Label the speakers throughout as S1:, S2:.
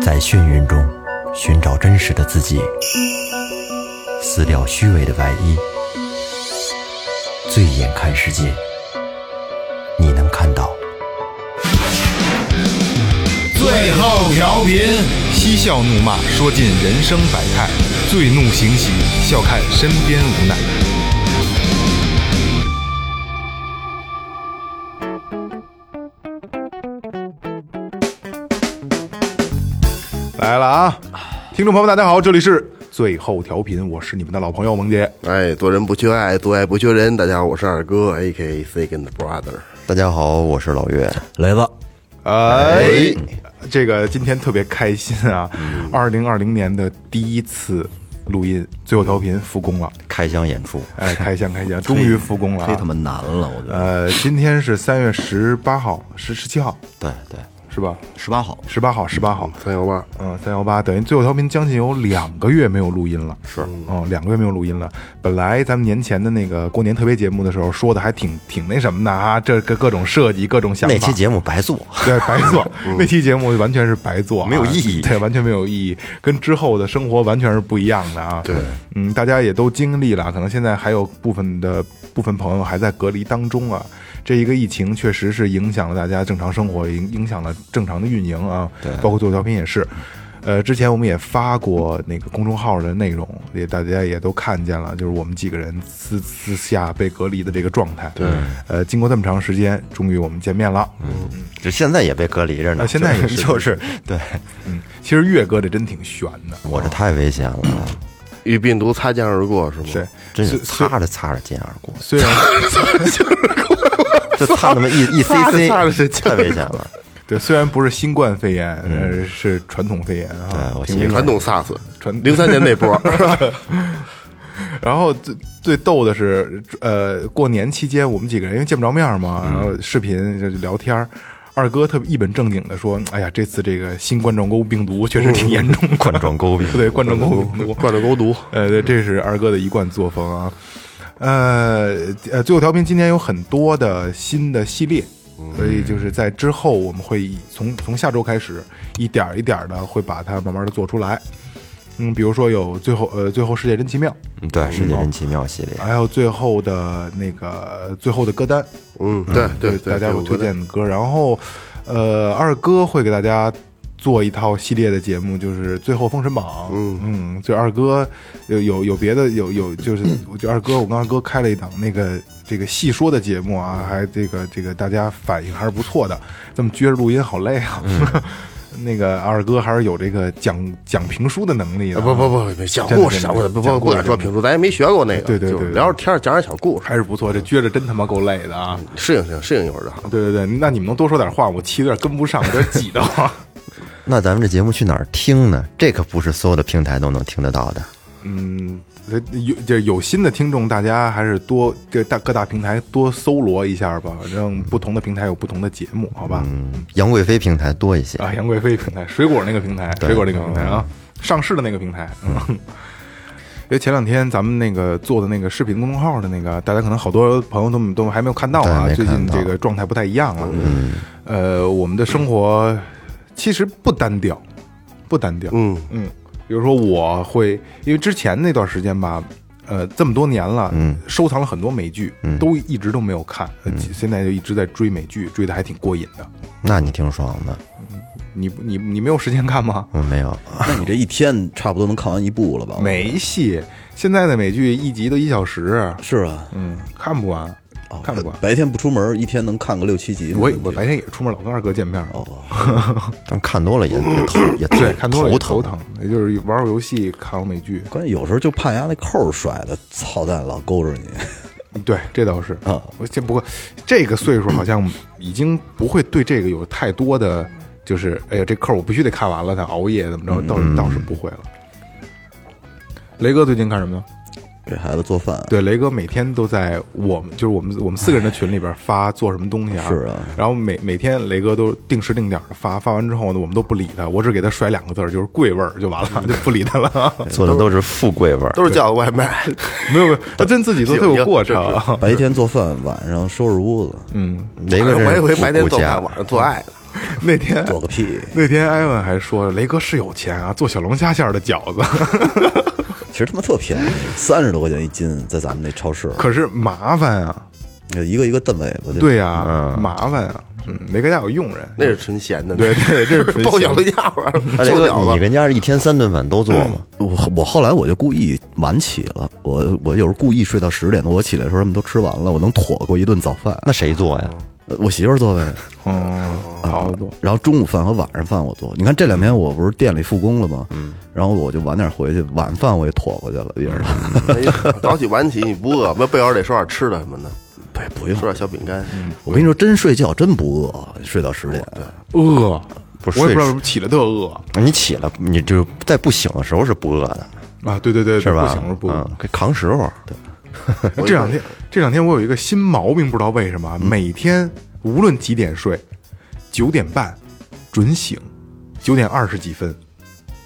S1: 在眩晕中寻找真实的自己，撕掉虚伪的外衣，醉眼看世界，你能看到。
S2: 最后调频，
S3: 嬉笑怒骂，说尽人生百态；醉怒行喜，笑看身边无奈。来了啊，听众朋友们，大家好，这里是最后调频，我是你们的老朋友萌姐。
S4: 哎，做人不缺爱，做爱不缺人。大家好，我是二哥，A K Second Brother。
S5: 大家好，我是老岳。
S1: 雷子，
S3: 哎，这个今天特别开心啊！二零二零年的第一次录音，最后调频复工了，
S5: 开箱演出，
S3: 哎，开箱开箱，终于复工了、
S5: 忒他
S3: 啊。
S5: 妈难了，我觉得。
S3: 呃，今天是三月十八号，十十七号
S5: 对对，
S3: 是吧？
S5: 十八号
S3: 十八号，十八号，
S4: 三幺八，
S3: 嗯，三幺八等于最后调频将近有两个月没有录音了，是，嗯，两个月没有录音了。本来咱们年前的那个过年特别节目的时候说的还挺挺那什么的啊，这各各种设计，各种想法。
S5: 那期节目白做，
S3: 对，白做那期节目完全是白做啊，
S5: 嗯没有意义
S3: 对，完全没有意义，跟之后的生活完全是不一样的啊。对，嗯，大家也都经历了，可能现在还有部分的部分朋友还在隔离当中啊。这一个疫情确实是影响了大家正常生活，影影响了正常的运营啊，包括做调频也是。呃，之前我们也发过那个公众号的内容，也大家也都看见了，就是我们几个人私私下被隔离的这个状态。对，呃，经过这么长时间，终于我们见面了。
S5: 这现在也被隔离着
S3: 啊
S5: 呢。
S3: 现 在也是
S5: 就是对，
S3: 嗯，其实岳哥这真挺悬的，
S5: 我这太危险了，
S4: 与病毒擦肩而过是吗？
S3: 对，
S5: 真是
S3: 虽虽
S5: 擦着擦着肩而过，
S3: 虽然
S5: 这擦那么一一
S3: 擦着擦着这
S5: cc，
S3: 肩
S5: 太危险了。
S3: 对虽然不是新冠肺炎，呃，是传统肺炎
S5: 嗯对
S3: 啊，
S5: 我
S3: 挺
S5: 媳妇儿
S4: 传统 SARS，
S3: 传
S4: 零三年那 波，
S3: 然后最最逗的是，呃，过年期间我们几个人因为见不着面儿嘛，然
S5: 嗯
S3: 后视频就聊天儿。二哥特别一本正经的说：“哎呀，这次这个新冠状沟病毒确实
S5: 哦
S3: 挺严重的，
S5: 冠状沟病
S3: 对冠状沟病毒，
S4: 灌着勾 毒。
S3: 呃，对，这是二哥的一贯作风啊。呃呃，最后调频今年有很多的新的系列，
S4: 嗯
S3: 所以就是在之后我们会以从从下周开始，一点儿一点的会把它慢慢的做出来。嗯，比如说有最后呃最后世界真奇妙，
S5: 嗯对，世界真奇妙系列，
S3: 还有最后的那个呃最后的歌单，
S4: 嗯，对对
S3: 大
S4: 对，
S3: 家
S4: 对
S3: 会推。
S4: 我觉得
S3: 荐的歌。然后，呃，二哥会给大家做一套系列的节目，就是最后封神榜。嗯嗯，就二哥有有有别的有有就是， 我觉得二哥我跟二哥开了一档那个这个细说的节目啊，还这个这个大家反应还是不错的。这么撅着录音好累啊。
S4: 嗯
S3: 那个二哥还是有这个讲讲评书的能力的、
S4: 啊不不不，不讲
S3: 真的
S4: 故事，
S3: 真的
S4: 讲故事，不不
S3: 讲故
S4: 不
S3: 事
S4: 敢说评书，咱也没学过那个，
S3: 对对对
S4: 就是
S3: 对
S4: 聊聊天儿，讲讲小故事，
S3: 还是不错，这撅着真他妈够累的啊！
S4: 适应适应适应一会儿就好。
S3: 对对对，那你们能多说点话，我气有点跟不上，有点挤得慌。
S5: 那咱们这节目去哪儿听呢？这可不是所有的平台都能听得到的。
S3: 嗯，这有这有新的听众，大家还是多这大各大平台多搜罗一下吧，反正不同的平台有不同的节目，好吧？
S5: 嗯，杨贵妃平台多一些。
S3: 啊，杨贵妃平台，水果那个平台，水果那个平台啊，上市的那个平台。嗯， 因为前两天咱们那个做的那个视频公众号的那个，大家可能好多朋友都没都还没有看到啊，
S5: 对
S3: 最
S5: 没看
S3: 近
S5: 到
S3: 这个状态不太一样了。嗯，呃，我们的生活其实不单调，不单调。
S4: 嗯，
S3: 嗯，比如说我会，因为之前那段时间吧，呃，这么多年了，嗯，收藏了很多美剧，都一直都没有看，呃现在就一直在追美剧，追的还挺过瘾的。
S5: 那你挺爽的，
S3: 你你你没有时间看吗？
S5: 我没有。
S6: 那你这一天差不多能看完一部了吧？
S3: 没戏，现在的美剧一集都一小时，
S6: 是啊，
S3: 嗯，看不完，
S6: 哦
S3: 看不完。
S6: 白天不出门，一天能看个六七集。
S3: 我我白天也是出门老跟二哥见面儿，
S5: 但看多了也也头也头
S3: 对，看多了也
S5: 头
S3: 头疼，也就是玩会儿游戏，看会儿美剧。
S6: 关键有时候就怕人家那扣儿甩的，操蛋老勾着你。
S3: 对，这倒是
S6: 啊
S3: 我这不过这个岁数好像已经不会对这个有太多的，就是哎呀，这扣我必须得看完了，他熬夜怎么着，倒是倒是不会了。雷哥最近看什么呢？
S6: 给孩子做饭，
S3: 对，雷哥每天都在我们就是我们我们四个人的群里边发做什么东西啊，
S6: 是啊
S3: 然后每每天雷哥都定时定点的发，发完之后呢，我们都不理他，我只给他甩两个字儿，就是贵味儿就完了，就不理他了。
S5: 做的都是富贵味儿。
S4: 都是叫外卖，
S3: 没有没有，他真自己都特有过程。
S6: 白天做饭，晚上收拾屋子。
S3: 嗯，
S5: 雷哥
S4: 哎
S5: 这
S4: 我一
S5: 是
S4: 回白天
S5: 顾
S4: 做
S5: 家
S4: 饭，晚上做爱的，
S3: 那天
S6: 做个屁！
S3: 那天艾文还说雷哥是有钱啊，做小龙虾馅儿的饺子，
S6: 其实他妈特便宜，三十多块钱一斤，在咱们那超市，
S3: 可是麻烦啊。
S6: 一个一个炖尾巴。
S3: 对呀、麻烦啊。嗯，雷哥家有佣人，
S4: 那是纯闲的，
S3: 对对这是纯闲的
S4: 包饺子家伙，
S5: 哎
S4: 包
S5: 雷哥，
S4: 饺
S5: 你
S4: 子。
S5: 跟家是一天三顿饭都做 吗？
S6: 我我后来我就故意晚起了，我我有时候故意睡到十点多，我起来的时候他们都吃完了，我能妥过一顿早饭。
S5: 那谁做呀？
S6: 呃我媳妇儿做呗，啊
S3: 嗯，好多。
S6: 然后中午饭和晚上饭我做。你看这两天我不是店里复工了吗？嗯，然后我就晚点回去，晚饭我也妥过去了，也是。
S4: 哎呀早起晚起你不饿，不背后得说点吃的什么的，
S6: 对，不
S4: 说
S6: 用。
S4: 点小饼干。
S3: 嗯
S6: 我跟你说，真睡觉真不饿，睡到十点。
S3: 饿，
S5: 不是
S3: 我
S5: 睡
S3: 也不知道为什么起来特饿
S5: 你起了，你就在不醒的时候是不饿的，
S3: 啊！对对对，
S5: 是吧？
S3: 不行，不饿。
S5: 嗯，扛时候。
S3: 这两天这两天我有一个新毛病，不知道为什么啊，每天无论几点睡，九点半准醒，九点二十几分。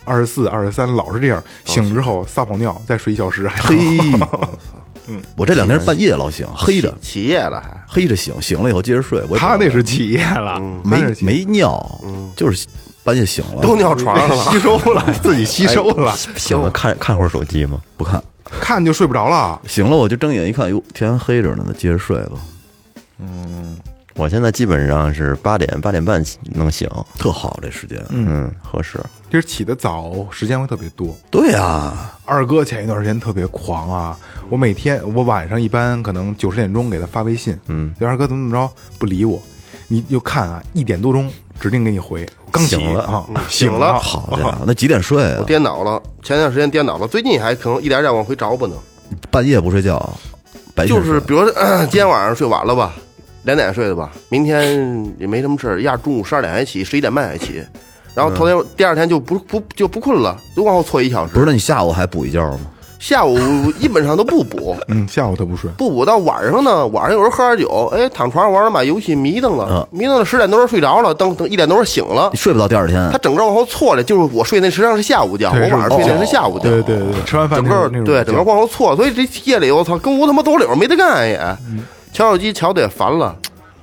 S3: 二十四、二十三，老是这样。醒之后撒泡尿，再睡一小时，还好
S6: 嘿，我这两天半夜老醒，黑着
S4: 起夜了还，
S6: 黑着醒，醒了以后嗯接着睡。我也
S3: 他
S6: 不
S3: 那
S6: 知道
S3: 是起夜了，
S6: 没
S3: 他那是起夜
S6: 没尿，就是半夜醒了
S4: 都尿床
S3: 嗯
S4: 上了，
S3: 吸收了，自己吸收了，
S5: 醒了看看会儿手机吗？
S6: 不看，
S3: 看就睡不着了。
S6: 醒了我就睁眼一看，哟，天还黑着呢，那接着睡吧，
S5: 我现在基本上是八点八点半能醒，
S6: 特好这时间。
S5: 嗯，合适。
S3: 就是起得早，时间会特别多。
S6: 对啊，
S3: 二哥前一段时间特别狂啊，我每天我晚上一般可能九十点钟给他发微信，嗯，就二哥怎么怎么着不理我，你就看啊，一点多钟指定给你回，刚起
S5: 醒了
S3: 啊，
S4: 醒了
S3: 了，
S6: 好家伙，那几点睡
S4: 我
S6: 啊？
S4: 颠倒了，前段时间颠倒了，最近还可能一点点往回找吧呢。
S6: 半夜不睡觉，白
S3: 哎
S6: 天
S4: 就是
S6: 睡
S4: 比如说、 呃今天晚上睡晚了吧，两点睡的吧，明天也没什么事儿，一下中午十二点还起，十一点半还起，然后头
S3: 嗯
S4: 天第二天就不不就不困了，就往后错一小
S6: 不是？
S4: 时。
S6: 那你下午还补一觉吗？
S4: 下午基本上都不补，
S3: 嗯，下午特不睡，
S4: 不补到晚上呢，晚上有时候喝点酒，哎，躺床上玩儿把游戏迷瞪了，
S3: 嗯
S4: 迷瞪了十点多钟睡着了，等等一点多钟醒了
S6: 你，
S3: 哎
S6: 睡不到第二天
S4: 他，整个往后错了，就是我睡那实际上是下午觉，我
S3: 对
S4: 晚上
S3: 是哦
S4: 睡那是下午觉，
S3: 对对对，吃完饭
S4: 整
S3: 那
S4: 个
S3: 种那种
S4: 对整个往后错，所以这夜里我操，跟屋他妈走柳儿没得干也，
S6: 嗯
S4: 瞧手机瞧的也烦了，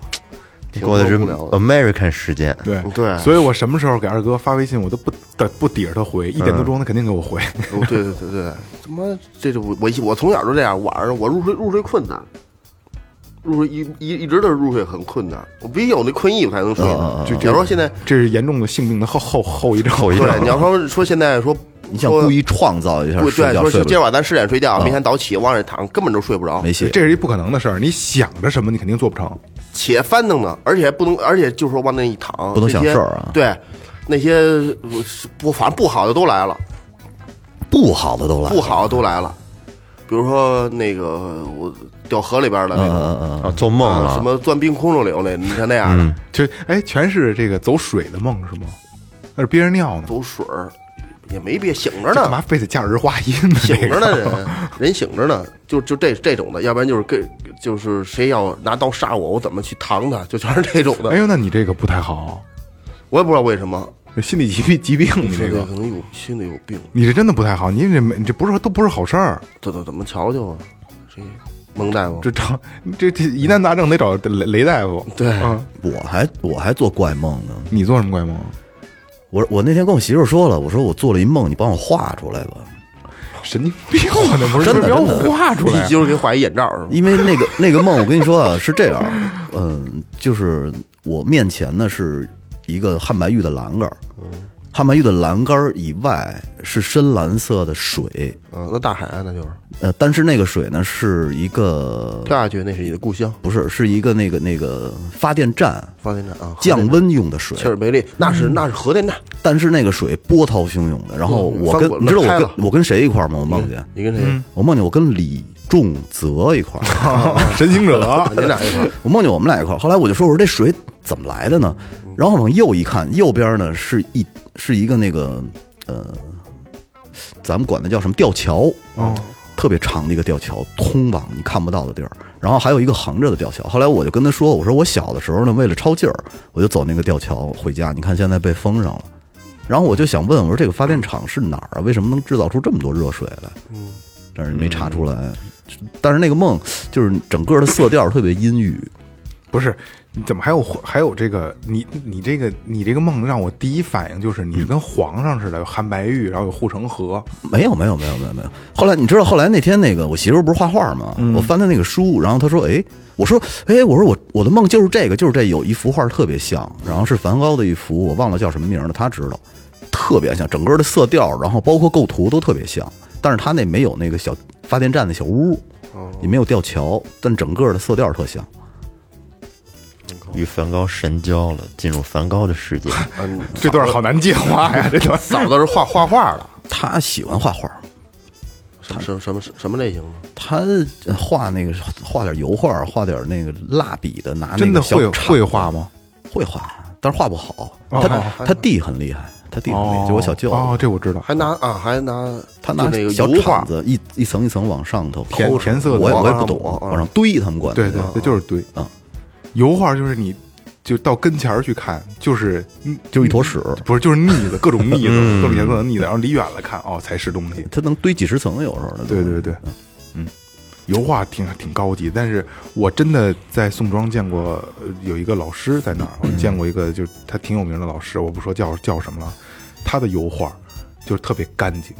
S4: 挺
S5: 过的是
S4: 无聊的。
S5: American 时间，
S3: 对
S4: 对
S3: 所以我什么时候给二哥发微信，我都不得不抵着他回，一点多钟他肯定给我回，
S4: 哦对对对对，他妈这是我我我从小就这样，晚上我入睡入睡困难，入睡一一一直都是入睡很困难，我必须有那困意我才能
S6: 嗯
S4: 睡。
S3: 就
S4: 假如说现在，
S3: 这是严重的性病的后后后遗症，
S5: 后遗症
S4: 对，你要说说现在说，
S6: 你想
S4: 说
S6: 故意创造一下
S4: 不
S6: 睡
S4: 对，
S6: 觉
S4: 说
S6: 睡
S4: 今
S6: 不着嗯
S4: 天晚上咱十点睡觉，明天早起往这躺，根本就睡不着。
S6: 没戏。
S3: 这是一不可能的事儿，你想着什么你肯定做不成。
S4: 且翻腾呢，而且不能，而且就是说往那一躺，
S6: 不能想
S4: 那些
S6: 事儿啊
S4: 对，那些呃是不反正不好的都来了，
S6: 不好的都来了，
S4: 不好的都来了。比如说那个我掉河里边的那种，
S5: 啊，做梦
S4: 啊什
S5: 了，
S4: 么钻冰窟窿里头那，你像那样的
S3: 就哎，全是这个走水的梦是吗？那是憋着尿呢，
S4: 走水儿，也没别醒着
S3: 这干嘛
S4: 呢，
S3: 非得加儿化音呢？
S4: 醒
S3: 这
S4: 着呢
S3: 个
S4: 人人醒着呢，就就这这种的，要不然就是跟就是谁要拿刀杀我，我怎么去扛他，就全是这种
S3: 哎
S4: 的，
S3: 呦，那你这个不太好，
S4: 我也不知道为什么，
S3: 心理疾病疾病，你这
S4: 这
S3: 个
S4: 可能有心里有病。
S3: 你这真的不太好，你这没你这不是都不是好事儿，
S4: 这都怎么瞧瞧啊？这蒙大夫，
S3: 这找这这疑难杂症得找雷雷大夫。
S4: 对
S3: 嗯，
S6: 我还我还做怪梦呢。
S3: 你做什么怪梦？
S6: 我我那天跟我媳妇儿说了，我说我做了一梦，你帮我画出来吧。
S3: 神经病啊！那不是
S6: 真的
S3: 不要
S6: 真的
S3: 画出
S4: 你
S3: 来。
S4: 就是给画一眼罩是吧？
S6: 因为那个那个梦，我跟你说啊，是这样， 嗯，就是我面前呢是一个汉白玉的栏杆儿，汉白玉的栏杆儿以外是深蓝色的水，
S4: 嗯，那大海啊那就是
S6: 呃，但是那个水呢是一个
S4: 跳下去，那是你的故乡
S6: 不是是一个那个那个发电站
S4: 发电站啊，
S6: 降温用的水，
S4: 切尔贝利，那是那是核电站。
S6: 但是那个水波涛汹涌的。然后
S4: 嗯
S6: 我
S4: 翻
S6: 跟
S4: 滚了
S6: 你知道
S4: 开
S6: 我
S4: 了嗯
S6: 跟我跟谁一块儿吗？我梦见
S4: 你跟谁？
S6: 我梦见我跟李仲泽一块儿。
S3: 神行者，
S4: 你俩一块儿？
S6: 我梦见我们俩一块儿，后来我就说：“我说这水怎么来的呢？”然后往右一看，右边呢是一是一个那个呃，咱们管它叫什么吊桥，哦，特别长的一个吊桥，通往你看不到的地儿。然后还有一个横着的吊桥。后来我就跟他说：“我说我小的时候呢，为了抄劲儿，我就走那个吊桥回家。你看现在被封上了。”然后我就想问，我说这个发电厂是哪儿啊？为什么能制造出这么多热水来？嗯，但是没查出来。但是那个梦就是整个的色调特别阴郁，
S3: 不是你怎么还有还有这个？你你这个你这个梦让我第一反应就是你跟皇上似的，有韩白玉，然后有护城河，
S6: 没有没有没有没有没有。后来你知道，后来那天那个我媳妇儿不是画画吗？
S3: 嗯
S6: 我翻她那个书，然后她说：“哎，我说，哎，我说我我的梦就是这个，就是这有一幅画特别像，然后是梵高的一幅，我忘了叫什么名了，她知道，特别像，整个的色调，然后包括构图都特别像，但是她那没有那个小发电站的小屋，
S3: 哦
S6: 也没有吊桥，但整个的色调特像。
S5: 与梵高神交了，进入梵高的世 界。
S4: 嗯，
S3: 这段好难接话呀，这段
S4: 嫂子是画画画的，
S6: 她喜欢画画，
S4: 什什什么什么类型的？
S6: 她画那个画点油画，画点那个蜡笔的，拿那
S3: 真
S6: 个
S3: 的
S6: 小
S3: 会
S6: 铲
S3: 会画吗？
S6: 会画，但是画不好。
S3: 哦
S6: 他、
S3: 哦
S6: 他弟很厉害，他弟很厉害，
S3: 哦，
S6: 就我小舅，
S3: 哦，这我知道，
S4: 还拿啊，还拿
S6: 他拿
S4: 就那个
S6: 小
S4: 油画
S6: 铲，子一一层一层往上头
S3: 填
S6: 抠
S3: 填色的
S6: 我也
S3: 往
S6: 我也
S3: 上
S6: 不懂，
S3: 抹嗯
S6: 往上堆，他们管
S3: 对对
S6: 那，
S3: 这就是堆
S6: 啊。
S3: 油画就是你就到跟前儿去看，就是嗯
S6: 就一坨屎，
S3: 不是就是腻子，各种腻
S4: 嗯
S3: 子，各种颜色的腻子，然后离远了看，哦，才是东西。
S6: 他能堆几十层，有时候的。
S3: 对对对，嗯，油画挺挺高级，但是我真的在宋庄见过呃有一个老师在那儿，我见过一个就是他挺有名的老师，我不说叫叫什么了，他的油画就是特别干净，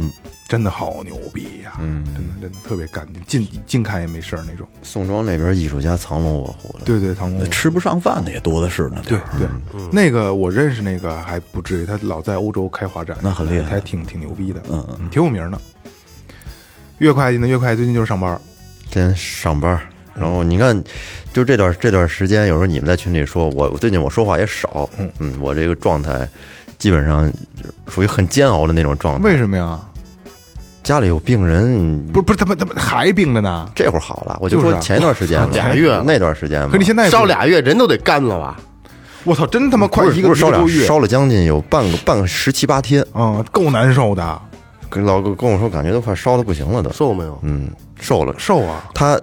S3: 真的好牛逼呀、真的真的特别干净，近近看也没事儿那种。
S5: 宋庄那边艺术家藏龙卧虎的，
S3: 对对，唐龙，嗯
S6: 吃不上饭的也多的是呢。
S3: 对，对，那个我认识那个还不至于，他老在欧洲开画展，
S6: 那很厉害
S3: 还挺挺牛逼的，
S6: 嗯嗯，
S3: 挺有名的。岳会计呢？岳会计最近就是上班儿，
S5: 天天上班儿，然后你看，就这段这段时间，有时候你们在群里说我，我最近我说话也少，嗯，我这个状态基本上属于很煎熬的那种状态。
S3: 为什么呀？
S5: 家里有病人，
S3: 不是不是，他们他们还病着呢。
S5: 这会儿好了，我就
S3: 就是
S5: 说
S3: 啊
S5: 前一段时间了，
S4: 俩月了
S5: 那段时间嘛，
S3: 可你现在
S4: 烧，俩月人都得干了吧？
S3: 我操，真他妈快
S5: 不是
S3: 一个
S5: 不是
S3: 一
S5: 烧
S3: 个
S5: 俩
S3: 多月，
S5: 烧了将近有半个半个十七八天，
S3: 嗯，够难受的，
S5: 跟老跟跟我说感觉都快烧的不行了都，
S4: 瘦没有？
S5: 嗯，瘦了，
S3: 瘦啊！
S5: 他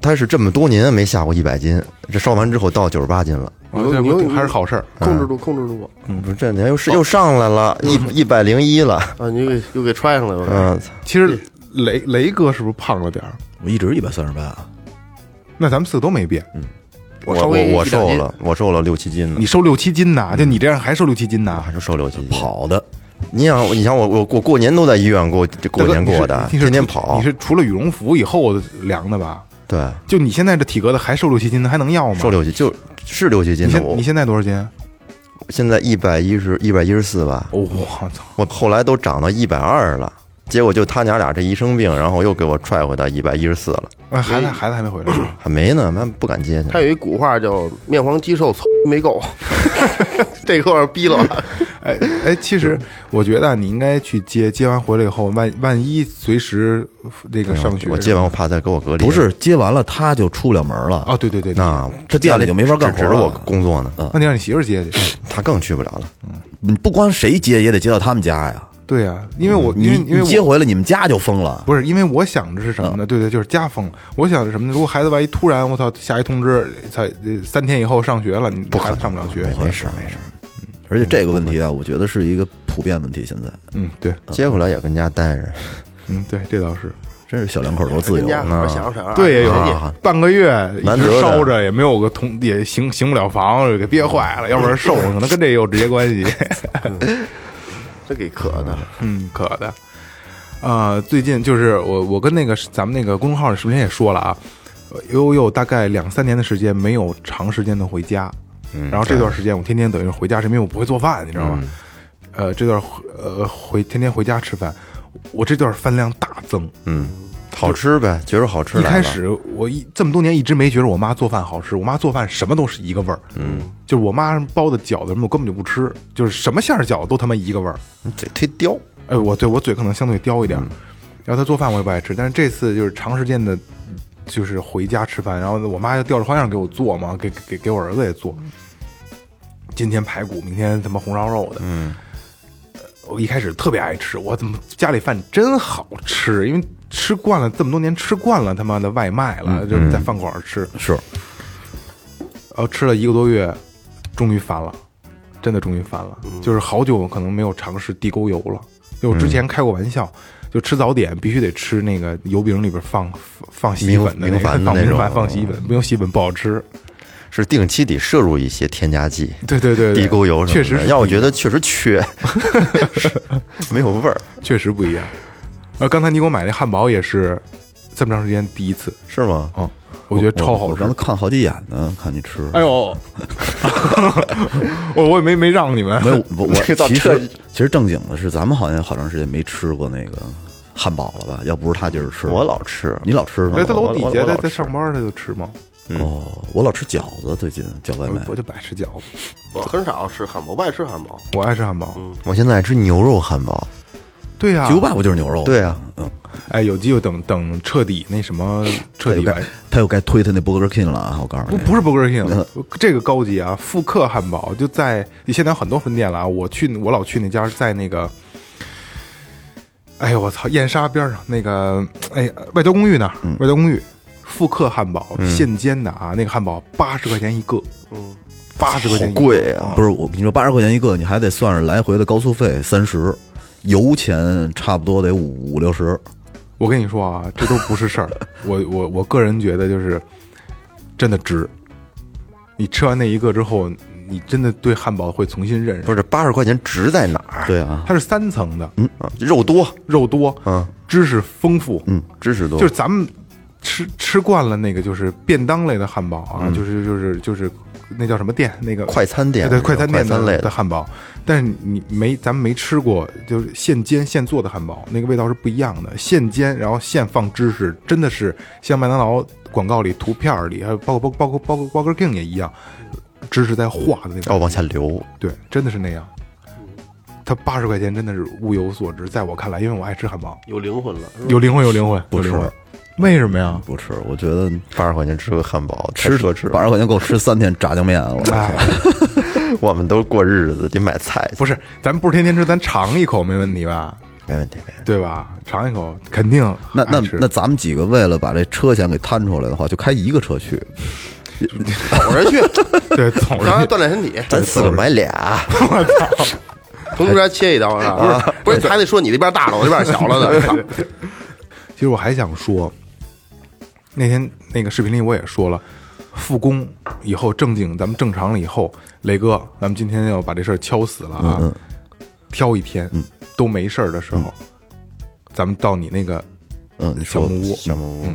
S5: 他是这么多年没下过一百斤，这烧完之后到九十八斤了。
S3: 我
S4: 有
S3: 觉
S4: 有有
S3: 得还是好事儿。
S4: 控制住，控制住
S5: 嗯，不是，这你看又
S3: 哦
S5: 是又上来了，
S3: 嗯
S5: 一一百零一了，
S4: 啊！你给又给揣上来了。
S5: 嗯，
S3: 其实雷雷哥是不是胖了点儿？
S6: 我一直一百三十八，啊
S3: 那咱们四个都没变，
S5: 我
S4: 稍微
S5: 我我
S4: 一两
S5: 瘦
S4: 斤
S5: 了，我瘦了六七斤呢
S3: 嗯你，瘦六七斤呐，就你这样还瘦六七斤呐
S5: 还？是瘦六七斤。
S6: 跑的
S5: 你想，你想我我我过年都在医院过这过
S3: 大哥
S5: 年
S3: 你是
S5: 过的，
S3: 你是
S5: 天天
S3: 除
S5: 跑
S3: 你，是除了羽绒服以后量的吧？
S5: 对，
S3: 就你现在这体格子还瘦六七斤的，还能要吗？
S5: 瘦六七就是六七斤
S3: 你
S5: 的。
S3: 现
S5: 我
S3: 你现在多少斤？
S5: 现在一百一十一百一十四吧，
S3: 哦，我操！
S5: 我后来都长到一百二了，结果就他娘俩这一生病，然后又给我踹回到一百一十四了，
S3: 哎，孩子孩子还没回来呢，
S5: 还没呢，妈不敢接去
S4: 他。有一古话叫“面黄肌瘦，操没够”， 这块儿逼了吧。
S3: 哎哎，其实我觉得啊你应该去接，接完回来以后，万万一随时这个上学，
S5: 哎我接完我怕再给我隔离。
S6: 不，是接完了他就出不了门了
S3: 啊，对对对，
S5: 那
S6: 这店里就没法干活
S5: 指着我
S6: 了
S5: 工作呢，
S3: 那你让你媳妇儿接去，
S5: 他更去不了了。
S6: 你不光谁接也得接到他们家呀，
S3: 对呀、因为我因
S6: 你
S3: 为因为
S6: 你接
S3: 我。
S6: 回来你们家就疯了。
S3: 不是，因为我想着是什么
S5: 嗯
S3: 呢？对对，就是家风。我想着什么呢？如果孩子万一突然我操下一通知，才呃三天以后上学了，你孩子上不了学。
S5: 没事没事，
S6: 而且这个问题啊，我觉得是一个普遍问题，现在
S3: 嗯，对，
S5: 接回来也跟家待着。
S3: 嗯对，这倒是。
S6: 真是小两口多自
S4: 跟
S6: 由
S4: 家
S6: 啊。
S4: 好好想想啊。
S3: 对，有时
S4: 人家
S3: 候半个月一
S5: 难
S3: 直
S5: 得的
S3: 烧着，也没有个同也行行不了房，给憋坏了，要不然瘦
S5: 嗯
S3: 可能跟这也有直接关系。
S4: 这给渴的，
S3: 嗯，可的。呃，最近就是我我跟那个咱们那个公众号里视频也说了啊，呃有有大概两三年的时间没有长时间的回家，嗯，然后这段时间我天天等于是回家，是因为我不会做饭，你知道吗？呃，这段回呃回天天回家吃饭，我这段饭量大增，
S5: 嗯，好吃呗，觉着好吃
S3: 一
S5: 来了。
S3: 开始我一这么多年一直没觉得我妈做饭好吃，我妈做饭什么都是一个味儿，嗯，就是我妈包的饺子什么我根本就不吃，就是什么馅儿饺子都他妈一个味儿。
S5: 你嘴忒刁，
S3: 哎，我对我嘴可能相对刁一点儿，然后她做饭我也不爱吃，但是这次就是长时间的，就是回家吃饭，然后我妈就吊着花样给我做嘛，给给给我儿子也做，今天排骨，明天他妈红烧肉的，嗯。我一开始特别爱吃，我怎么家里饭真好吃？因为吃惯了这么多年，吃惯了他妈的外卖了，
S5: 嗯
S3: 就是在饭馆儿吃。
S6: 是，
S3: 呃，吃了一个多月，终于烦了，真的终于烦了，
S5: 嗯
S3: 就是好久可能没有尝试地沟油了。就我之前开过玩笑，就吃早点必须得吃那个油饼里边放放洗衣粉的
S5: 明
S3: 那
S5: 明矾
S3: 个，
S5: 的
S3: 放
S5: 那
S3: 明
S5: 种
S3: 矾放洗衣粉，没有洗衣粉不好吃。
S5: 是定期得摄入一些添加剂，
S3: 对对对对
S5: 地沟油什么的
S3: 确实是
S5: 要我觉得确实缺，没有味儿，
S3: 确实不一样。呃，刚才你给我买那汉堡也是这么长时间第一次，
S5: 是吗？
S3: 嗯，我觉得超好
S6: 我
S3: 吃
S6: 刚。才看好几眼呢，看你吃。
S3: 哎呦，我我也没没让你们
S6: 没有， 我我
S5: 这倒
S6: 其
S5: 这
S6: 实其实正经的是，咱们好像好长时间没吃过那个汉堡了吧？要不是他就是吃，
S5: 我老吃，
S6: 你老吃吗
S3: 哎，？在楼底下，
S5: 我
S3: 在
S5: 老吃
S3: 在上班，他就吃吗？
S6: 哦，我老吃饺子，最近叫外卖
S3: 我。嗯就不爱吃饺子，
S4: 我很少吃汉堡，我不爱吃汉堡。
S3: 我爱吃汉堡。
S5: 我现在爱吃牛肉汉堡，
S3: 对呀，
S6: 九百不就是牛肉？
S5: 对啊，
S6: 嗯，
S3: 哎，有机会等等彻底那什么，彻
S6: 他
S3: 底
S6: 又
S3: 完
S6: 该。他又该推他那 Burger King 了啊！我告诉
S3: 不
S6: 你，
S3: 不是 Burger King，
S5: 嗯
S3: 这个高级啊，复刻汉堡就在现在有很多分店了啊。我去，我老去那家在那个，哎呦我操，燕莎边上那个，哎，外交公寓那儿，
S5: 嗯
S3: 外交公寓复刻汉堡，现煎的啊，那个汉堡八十块钱一个，嗯，八十块钱一个，
S5: 贵啊！
S6: 不是我跟你说，八十块钱一个，你还得算上来回的高速费三十，油钱差不多得五五六十。
S3: 我跟你说啊，这都不 是事儿。我我我个人觉得就是真的值。你吃完那一个之后，你真的对汉堡会重新认识。
S5: 不是八十块钱值在哪儿？
S6: 对啊，
S3: 它是三层的，
S5: 啊肉多，
S3: 肉多，
S5: 嗯，
S3: 知识丰富，
S5: 嗯，知识多，
S3: 就是咱们吃吃惯了那个就是便当类的汉堡啊，就是就是就是那叫什么店那个
S5: 快餐店
S3: 对
S5: 那种
S3: 快餐店的
S5: 快餐类的
S3: 的汉堡，但是你没咱们没吃过，就是现煎现做的汉堡，那个味道是不一样的。现煎然后现放芝士，真的是像麦当劳广告里图片儿里，还有包括包括包括包括 King 也一样，芝士在化的那
S5: 要
S3: 种，
S5: 哦往下流，
S3: 对，真的是那样。它八十块钱真的是物有所值，在我看来，因为我爱吃汉堡，
S4: 有灵魂了，是吧
S3: 有灵魂，有灵魂，
S6: 不
S3: 有灵魂
S6: 吃。
S3: 为什么呀？
S6: 不吃，我觉得
S5: 八十块钱吃个汉堡，太
S6: 吃
S5: 奢 侈
S6: 八
S5: 了。
S6: 十块钱够吃三天炸酱面，我
S3: 哎，
S5: 我们都过日子，得买菜，
S3: 不是，咱不是天天吃，咱尝一口没问题吧？
S5: 没问题，没问题。
S3: 对吧？尝一口肯定
S6: 那那
S3: 爱吃
S6: 那咱们几个为了把这车钱给摊出来的话，就开一个车去，
S4: 走着去，
S3: 对，总
S4: 让他
S3: 是
S4: 锻炼身体，
S5: 咱四个买俩，
S4: 从中间切一刀是吧？啊不是，不是还得说你那边大了，我这边小了呢。操
S3: 其实我还想说，那天那个视频里我也说了，复工以后正经咱们正常了以后，雷哥，咱们今天要把这事儿敲死了啊！
S6: 嗯
S3: 挑一天、都没事儿的时候，咱们到你那个，
S6: 嗯，你
S3: 小
S6: 说
S3: 木屋
S5: 小木屋，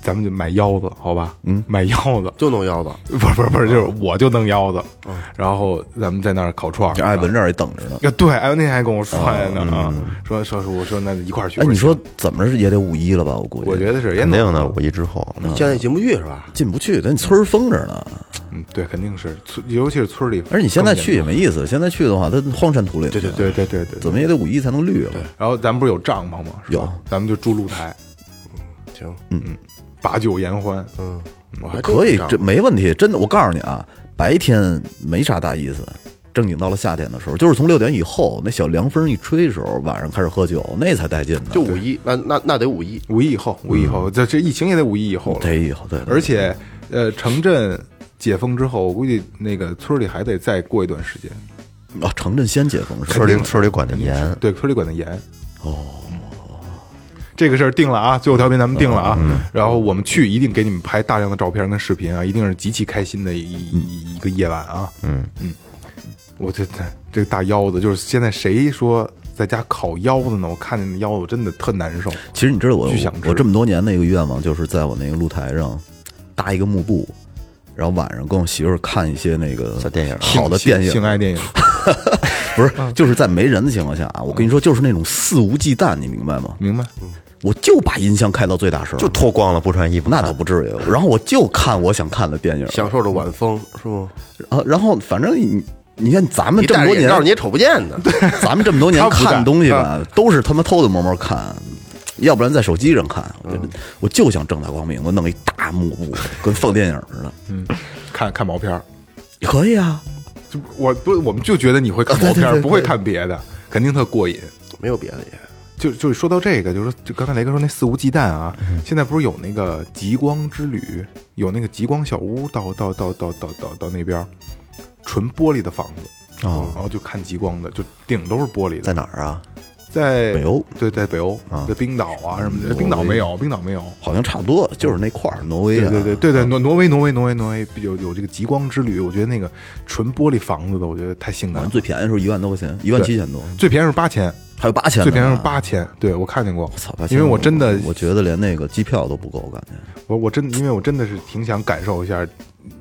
S3: 咱们就买腰子，好吧？嗯，买腰子，
S4: 就弄腰子，
S3: 不是不是不是，就是我就弄腰子，
S6: 嗯
S3: 然后咱们在那儿烤串儿，
S6: 这艾文这儿也等着呢。
S3: 啊，对，哎，那天还跟我说呢啊，说说说，我说那一块儿去。
S6: 哦嗯哎，你说怎么着也得五一了吧？我估计，
S3: 我觉得是，也
S5: 肯
S3: 能
S5: 定的。五一之后，
S4: 现在进不去是吧？
S6: 进不去，咱村儿封着呢。
S3: 嗯，对，肯定是，村尤其是村里。
S6: 而且你现在去也没意思，现在去的话，它荒山土岭。对对
S3: 对，对对对
S6: 怎
S3: 对。
S6: 么也得五一才能绿了。
S3: 然后咱们不是有帐篷吗？是吧
S6: 有，
S3: 咱们就住露台，
S4: 行，
S3: 把酒言欢。
S4: 嗯，我还真
S6: 可以
S4: 不，知
S6: 这
S4: 道
S6: 没问题，真的。我告诉你啊，白天没啥大意思，正经到了夏天的时候，就是从六点以后，那小凉风一吹的时候，晚上开始喝酒，那才带劲呢。
S4: 就五一，那那那得五一，
S3: 五一以后，五一以后，这这疫情也得五一以后了。
S6: 得以嗯哎后对，对
S3: 而且，呃，城镇解封之后，我估计那个村里还得再过一段时间。
S6: 啊，城镇先解封是吧
S5: 村里村里管的严，
S3: 对，村里管的严。哦，这个事儿定了啊，最后调频咱们定了啊。
S6: 嗯
S3: 然后我们去一定给你们拍大量的照片跟视频啊，一定是极其开心的一一一个夜晚啊。嗯嗯，我这这这个大腰子，就是现在谁说在家烤腰子呢？我看见那腰子我真的特难受。
S6: 其实你知道我
S3: 巨想吃
S6: 我这么多年那个愿望，就是在我那个露台上搭一个幕布，然后晚上跟我媳妇儿看一些那个
S5: 小电影
S6: 好的
S3: 性
S6: 电
S3: 性
S6: 影，
S3: 爱 电影，
S6: 不是就是在没人的情况下啊，我跟你说就是那种肆无忌惮，你明白吗？
S3: 明白？
S6: 我就把音箱开到最大声，
S5: 就脱光了不穿衣服，
S6: 那倒不至于。然后我就看我想看的电影，
S4: 享受着晚风是不？
S6: 啊，然后反正你你看咱们
S4: 你
S6: 这
S4: 戴
S6: 么
S4: 着
S6: 多
S4: 眼罩你
S6: 年，
S4: 也瞅不见呢。
S6: 咱们这么多年
S3: 他不戴
S6: 看东西吧，都是他妈偷偷摸摸看，要不然在手机上看。我觉得我就想正大光明的弄一大幕布，跟放电影似的。
S3: 看看毛片儿，
S6: 可以啊，
S3: 就我不我们就觉得你会看毛片儿，
S6: 啊对对对
S3: 不会看别的，肯定特过瘾。
S4: 没有别的也，
S3: 就就是说到这个，就是说就刚才雷哥说那肆无忌惮啊，
S6: 嗯
S3: 现在不是有那个极光之旅，有那个极光小屋到到到到到到到那边儿，纯玻璃的房子，
S5: 哦
S3: 然后就看极光的，就顶都是玻璃的，
S5: 在哪儿啊？
S3: 在
S6: 北欧，
S3: 对，在北欧，
S6: 啊
S3: 在冰岛啊什么的，
S6: 挪威
S3: 冰岛没有，冰岛没有。
S6: 好像差不多就是那块儿，挪威
S3: 对
S6: 啊，
S3: 对对对对，挪挪威挪威挪威挪威有有这个极光之旅，我觉得那个纯玻璃房子的，我觉得太性
S6: 好
S3: 感
S6: 像
S3: 了。
S6: 最便宜的时候一万多块钱，一万七千多，
S3: 最便宜是八千，
S6: 还有八千，啊
S3: 最便宜是，八千，对我看见过。
S6: 操，八千！
S3: 因为我真的
S6: 我觉得连那个机票都不够，我感觉。
S3: 我我真的，因为我真的是挺想感受一下，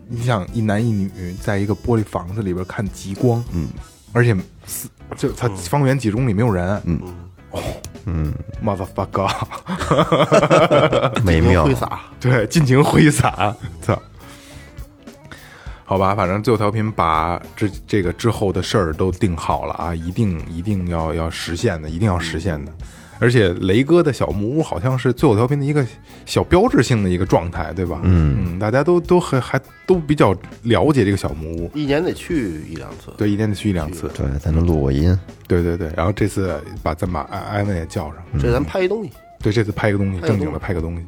S3: 你想一男一女在一个玻璃房子里边看极光，嗯，而且四就它方圆几公里没有人，嗯，哦，嗯，motherfucker，
S5: 美妙
S4: 挥洒，
S3: 啊 对，尽情挥洒，操。好吧，反正最后调频把这这个之后的事儿都定好了啊，一定一定要要实现的，一定要实现的。而且雷哥的小木屋好像是最后调频的一个小标志性的一个状态，对吧？嗯大家都都还还都比较了解这个小木屋，
S4: 一年得去一两次。
S3: 对，一天得去一两次，
S5: 对，才能录过音。
S3: 对对对。然后这次把咱把艾艾文也叫上，
S4: 这咱拍一东西，
S3: 对，这次拍个东西，
S4: 个东
S3: 正
S4: 西
S3: 经的拍个东西，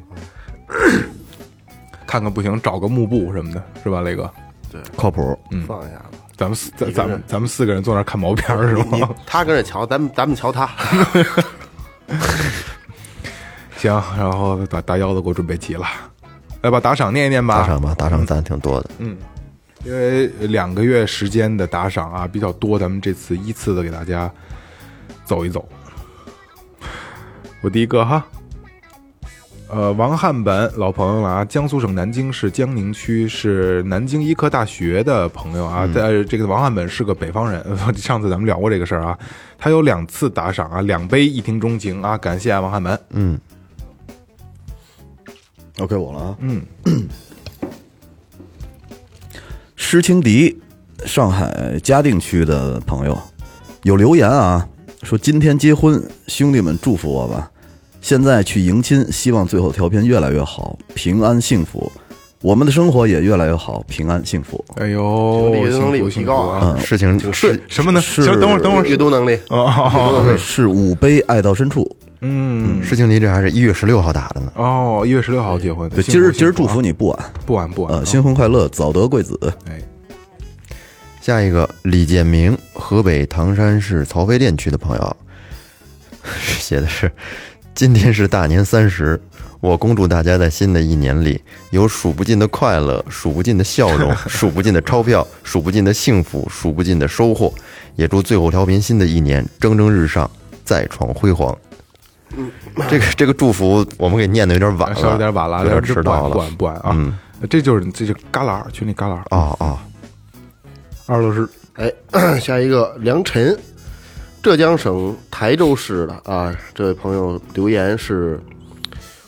S3: 看看不行，找个幕布什么的，是吧，雷哥？
S6: 靠谱，
S4: 放一下子。
S3: 咱们四咱咱们咱们四个人坐那儿看毛片儿是
S4: 你
S3: 吗？
S4: 他跟着瞧，咱们咱们瞧他。
S3: 行，然后把大腰子给我准备齐了，来把打赏念一念吧。
S5: 打赏吧，打赏赞挺多的。
S3: 因为两个月时间的打赏啊比较多，咱们这次依次的给大家走一走。我第一个哈，呃，王汉本老朋友了啊，江苏省南京市江宁区是南京医科大学的朋友啊，在、这个王汉本是个北方人， 上次咱们聊过这个事儿啊，他有两次打赏啊，两杯一听钟情啊，感谢啊王汉本，
S5: 嗯，
S6: OK，我了啊。
S3: 嗯，
S6: 施清迪，上海嘉定区的朋友有留言啊，说今天结婚，兄弟们祝福我吧。现在去迎亲，希望最后条片越来越好，平安幸福，我们的生活也越来越好，平安幸福。
S3: 哎呦，
S4: 阅读能力有提高
S3: 幸福幸
S4: 啊
S3: 福啊，
S5: 嗯事情
S3: 是什么呢？行，等会儿等会儿
S4: 阅读能力，
S3: 哦哦哦，
S6: 是五杯爱到深处。
S3: 嗯，
S5: 事情离这还是一月十六号打的呢。
S3: 哦，一月十六号结婚的。
S6: 对，
S3: 幸
S6: 今儿
S3: 福
S6: 今儿祝
S3: 幸
S6: 福你不晚，
S3: 福啊不晚不晚。
S6: 呃，新婚快乐，早得贵子。
S3: 哎，
S5: 下一个李建明，河北唐山市曹妃甸区的朋友，写的是：今天是大年三十，我恭祝大家在新的一年里有数不尽的快乐、数不尽的笑容、数不尽的钞票、数不尽的幸福、数不尽的收获，也祝最后调频新的一年蒸蒸日上，再创辉煌。这个这个祝福我们给念的有点晚了，
S3: 稍微有点晚了，
S5: 有点
S3: 这
S5: 迟到
S3: 不
S5: 了
S3: 晚不晚不晚啊！
S5: 嗯
S3: 这就是这就是旮旯群里旮旯
S5: 哦哦，
S3: 二楼是
S4: 哎， 下一个梁晨，浙江省台州市的啊，这位朋友留言是：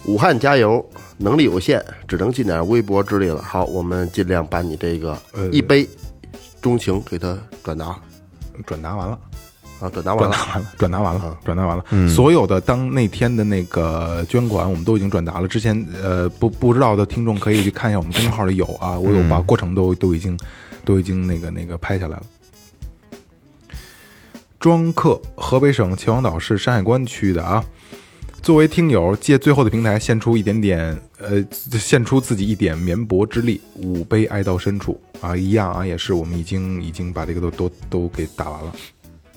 S4: 武汉加油，能力有限，只能尽点微薄之力了。好，我们尽量把你这个
S3: 呃
S4: 一杯钟情给他转达
S3: 转达完了，
S4: 啊，转达完
S3: 转
S4: 了
S3: 达。完了，转达完了，转达完了。所有的当那天的那个捐款，我们都已经转达了。之前呃不不知道的听众可以去看一下我们公众号里有啊，我有把过程都都已经都已经那个那个拍下来了。庄客，河北省秦皇岛市山海关区的啊。作为听友，借最后的平台献出一点点，呃，献出自己一点绵薄之力，五杯爱到深处啊，一样啊，也是我们已经已经把这个都都都给打完了。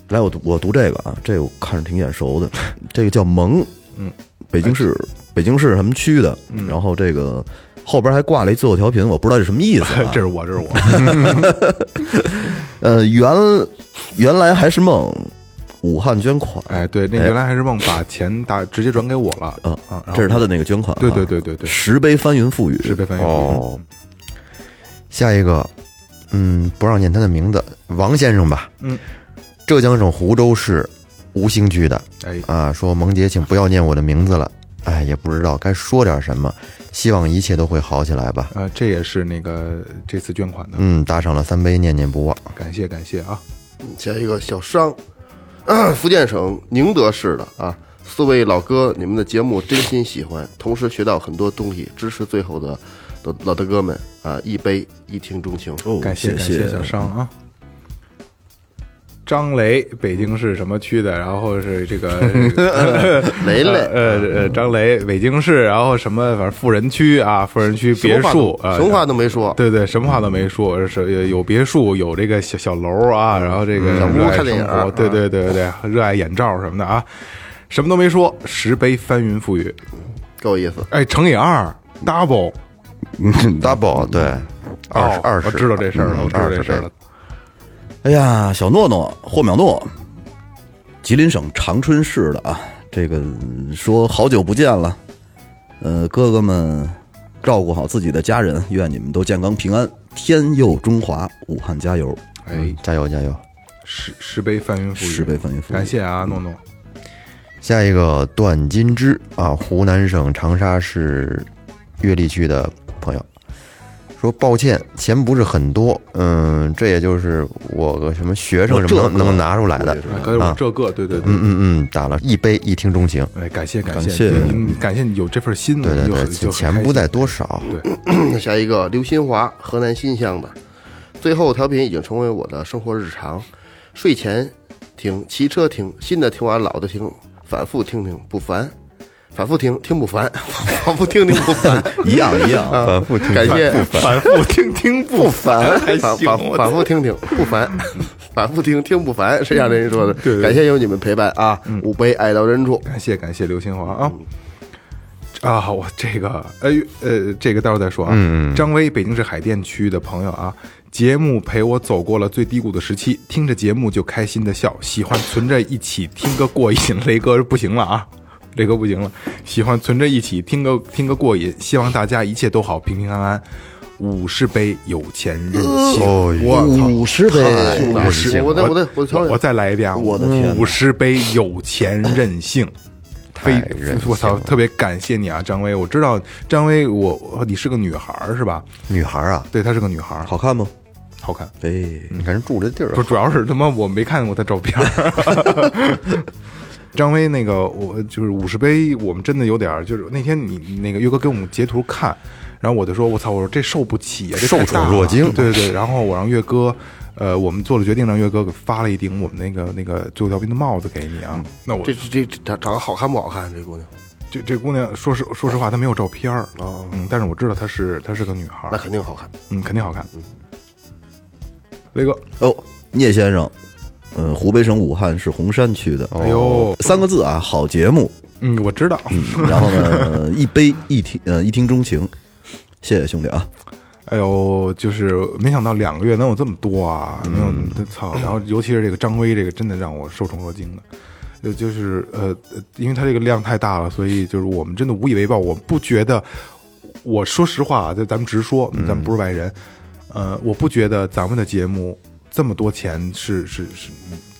S6: 来，我读我读这个啊，这个我看着挺眼熟的，这个叫蒙，
S3: 嗯，。
S6: 北京市北京市什么区的，然后这个后边还挂了一最后调频，我不知道这什么意思、啊
S3: 这是我，这是我。
S6: 呃，原原来还是梦，武汉捐款，
S3: 哎，对，那原来还是梦把钱打直接转给我了，
S6: 啊
S3: 啊，然后
S6: 这是他的那个捐款、啊，
S3: 对对对对对
S6: 十杯翻云覆雨，
S3: 是被翻译过。
S5: 哦，下一个，嗯，不让念他的名字，王先生吧。
S3: 嗯，
S5: 浙江省湖州市吴兴区的
S3: 哎，
S5: 啊，说萌姐，请不要念我的名字了。哎，也不知道该说点什么，希望一切都会好起来吧。
S3: 呃，这也是那个这次捐款的，
S5: 嗯，打赏了三杯，念念不忘。
S3: 感谢感谢啊。
S4: 下一个小商， 福建省宁德市的啊，四位老哥，你们的节目真心喜欢，同时学到很多东西，支持最后的老老大哥们 啊，一杯一听钟情。
S6: 哦，
S3: 感谢
S6: 谢
S3: 感谢小商啊。张雷，北京市什么区的？然后是这个
S4: 雷雷
S3: 呃呃，张雷，北京市，然后什么，反正富人区啊，富人区别墅啊，
S4: 什么话都没说，
S3: 对对，什么话都没说，是呃有别墅，有这个小小楼啊，然后这个
S5: 嗯
S4: 小屋
S3: 热爱
S4: 看电影
S3: 生
S5: 啊
S3: 活对对对对对，热爱眼罩什么的啊，什么都没说，石碑翻云覆雨，
S4: 够意思。
S3: 哎，乘以二，double，嗯
S5: double 对，二十
S3: 哦
S5: 二
S3: 我
S5: 十，
S3: 知道这事儿了，
S5: 嗯
S3: 我知道这
S5: 20
S3: 事儿了，
S6: 哎呀，小诺诺，霍淼诺，吉林省长春市的啊，这个说好久不见了，呃，哥哥们照顾好自己的家人，愿你们都健康平安，天佑中华，武汉加油！
S5: 嗯
S3: 哎，
S5: 加油加油！
S3: 石石碑翻云覆雨，
S6: 石碑翻云覆雨
S3: 感谢啊，诺诺，
S5: 下一个段金枝啊，湖南省长沙市岳麓区的朋友说：“抱歉，钱不是很多，嗯，这也就是我个什么学生什么能能拿出来的，
S3: 哎可以我这个，对对对
S5: 嗯。嗯嗯，打了一杯一听钟情，
S3: 哎，感谢感
S6: 感谢
S3: 您感谢你有这份心，
S5: 对对
S3: 嗯就
S5: 对，
S3: 很就很
S5: 钱
S3: 开
S5: 不
S3: 心
S5: 在多少，
S4: 下一个刘新华，河南新乡的。最后调频已经成为我的生活日常，睡前听，骑车听，新的听完老的听，反复听听不烦，反复听听不烦， 反复听听不烦。
S6: 一样 一样，
S5: 反复听
S4: 感谢
S3: 反复听听不
S4: 不烦，
S3: 还
S4: 反
S3: 行
S4: 反
S3: 我
S4: 反复听听不烦， 反复听听不烦，是这样的人说的。
S3: 对对嗯
S4: 感谢有你们陪伴啊，五杯爱到深处。
S3: 感谢感谢刘新华啊。啊，我这个，哎呃，这个待会儿再说啊。张威，北京市海淀区的朋友啊，节目陪我走过了最低谷的时期，听着节目就开心的笑，喜欢存着一起听个过瘾。雷哥不行了啊， 雷哥不行了，喜欢存着一起听个听个过瘾。希望大家一切都好，平平安安。五十杯有钱任性，
S5: 哦哟
S3: 我操！
S6: 五十杯，
S4: 我的哎我的我的我
S3: 哎我
S4: 的
S3: 我再来一遍啊！
S6: 我的天哪
S3: 五十杯有钱任性，
S5: 太
S3: 非
S5: 任性
S3: 我操！
S5: 了
S3: 特别感谢你啊，张薇！我知道张薇，我我你是个女孩儿是吧？
S5: 女孩啊，
S3: 对，她是个女孩儿，
S6: 好看吗？
S3: 好看。
S6: 哎，
S5: 你看人住这地儿
S3: 不，主要是他妈我没看过她照 片儿。张薇，那个我就是五十杯，我们真的有点儿，就是那天你那个岳哥给我们截图看，然后我就说，我操，我说这受不起啊，这
S5: 受
S3: 太大
S5: 宠若
S3: 了
S5: 惊
S3: 对对对，然后我让岳哥。呃，我们做了决定，让岳哥给发了一顶我们那个那个最后调兵的帽子给你啊。那我
S4: 这这这长长得好看不好看？这姑娘
S3: 这这姑娘，说实说实话，她没有照片儿，嗯，但是我知道她是她是个女孩
S4: 那
S3: 儿，
S4: 肯定好看。
S3: 嗯，肯定好看。雷哥，
S6: 哦，聂先生，呃，湖北省武汉市洪山区的，
S3: 哎呦，
S6: 三个字啊，好节目。
S3: 嗯，我知道，
S6: 然后呢，呃一杯一听，呃，一听钟情，谢谢兄弟啊。
S3: 哎呦，就是没想到两个月能有这么多啊，能有这操，然后尤其是这个张威，这个真的让我受宠若惊的。呃，就是呃，呃因为他这个量太大了，所以就是我们真的无以为报。我不觉得，我说实话啊，就咱们直说，咱们不是外人。呃，我不觉得咱们的节目这么多钱是是是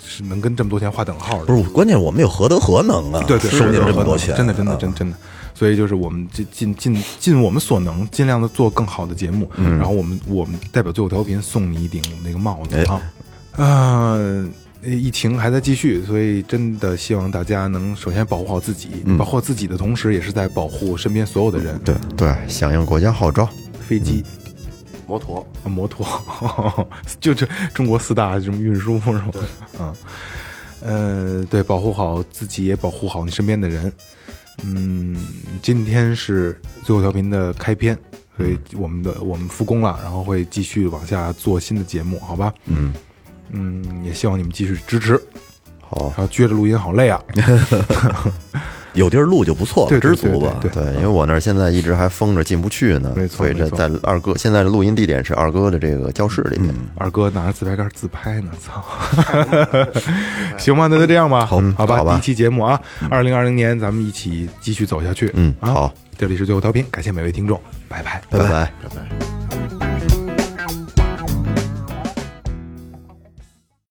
S3: 是能跟这么多钱划等号的。
S6: 不是，关键我们有何德何能啊？
S3: 对对，
S6: 收
S3: 是
S6: 你
S3: 的
S6: 们这么
S3: 是的
S6: 多钱，
S3: 真的真的
S6: 啊
S3: 真真的。所以就是我们尽尽尽尽我们所能，尽量的做更好的节目。
S6: 嗯
S3: 然后我们我们代表最后调频送你一顶那个帽
S6: 哎
S3: 子啊。呃，疫情还在继续，所以真的希望大家能首先保护好自己，
S6: 嗯
S3: 保护自己的同时，也是在保护身边所有的人。对，
S5: 对，响应国家号召，
S3: 飞
S6: 嗯
S3: 机、
S4: 摩托
S3: 啊摩托， 就这中国四大什么运输是吧？啊，呃，对，保护好自己，也保护好你身边的人。嗯，今天是最后调频的开篇，所以我们的我们复工了，然后会继续往下做新的节目，好吧？嗯嗯，也希望你们继续支持。
S5: 好
S3: 然，后撅着录音好累啊，
S6: 有地儿录就不错了，
S3: 对对
S6: 知
S3: 对
S6: 足吧。
S3: 对
S5: 对，因为我那儿现在一直还封着进不去呢，
S3: 没错
S5: 所以这
S3: 没错
S5: 在二哥现在的录音地点是二哥的这个教室里面。
S3: 二哥拿着自拍杆自拍呢， 操！行吧，那就这样吧，好好吧，
S5: 好吧
S3: 第一期节目啊，二零二零年咱们一起继续走下去，
S5: 嗯
S3: 啊
S5: 好，
S3: 这里是最后调频，感谢每位听众，拜拜，
S5: 拜拜
S4: 拜拜。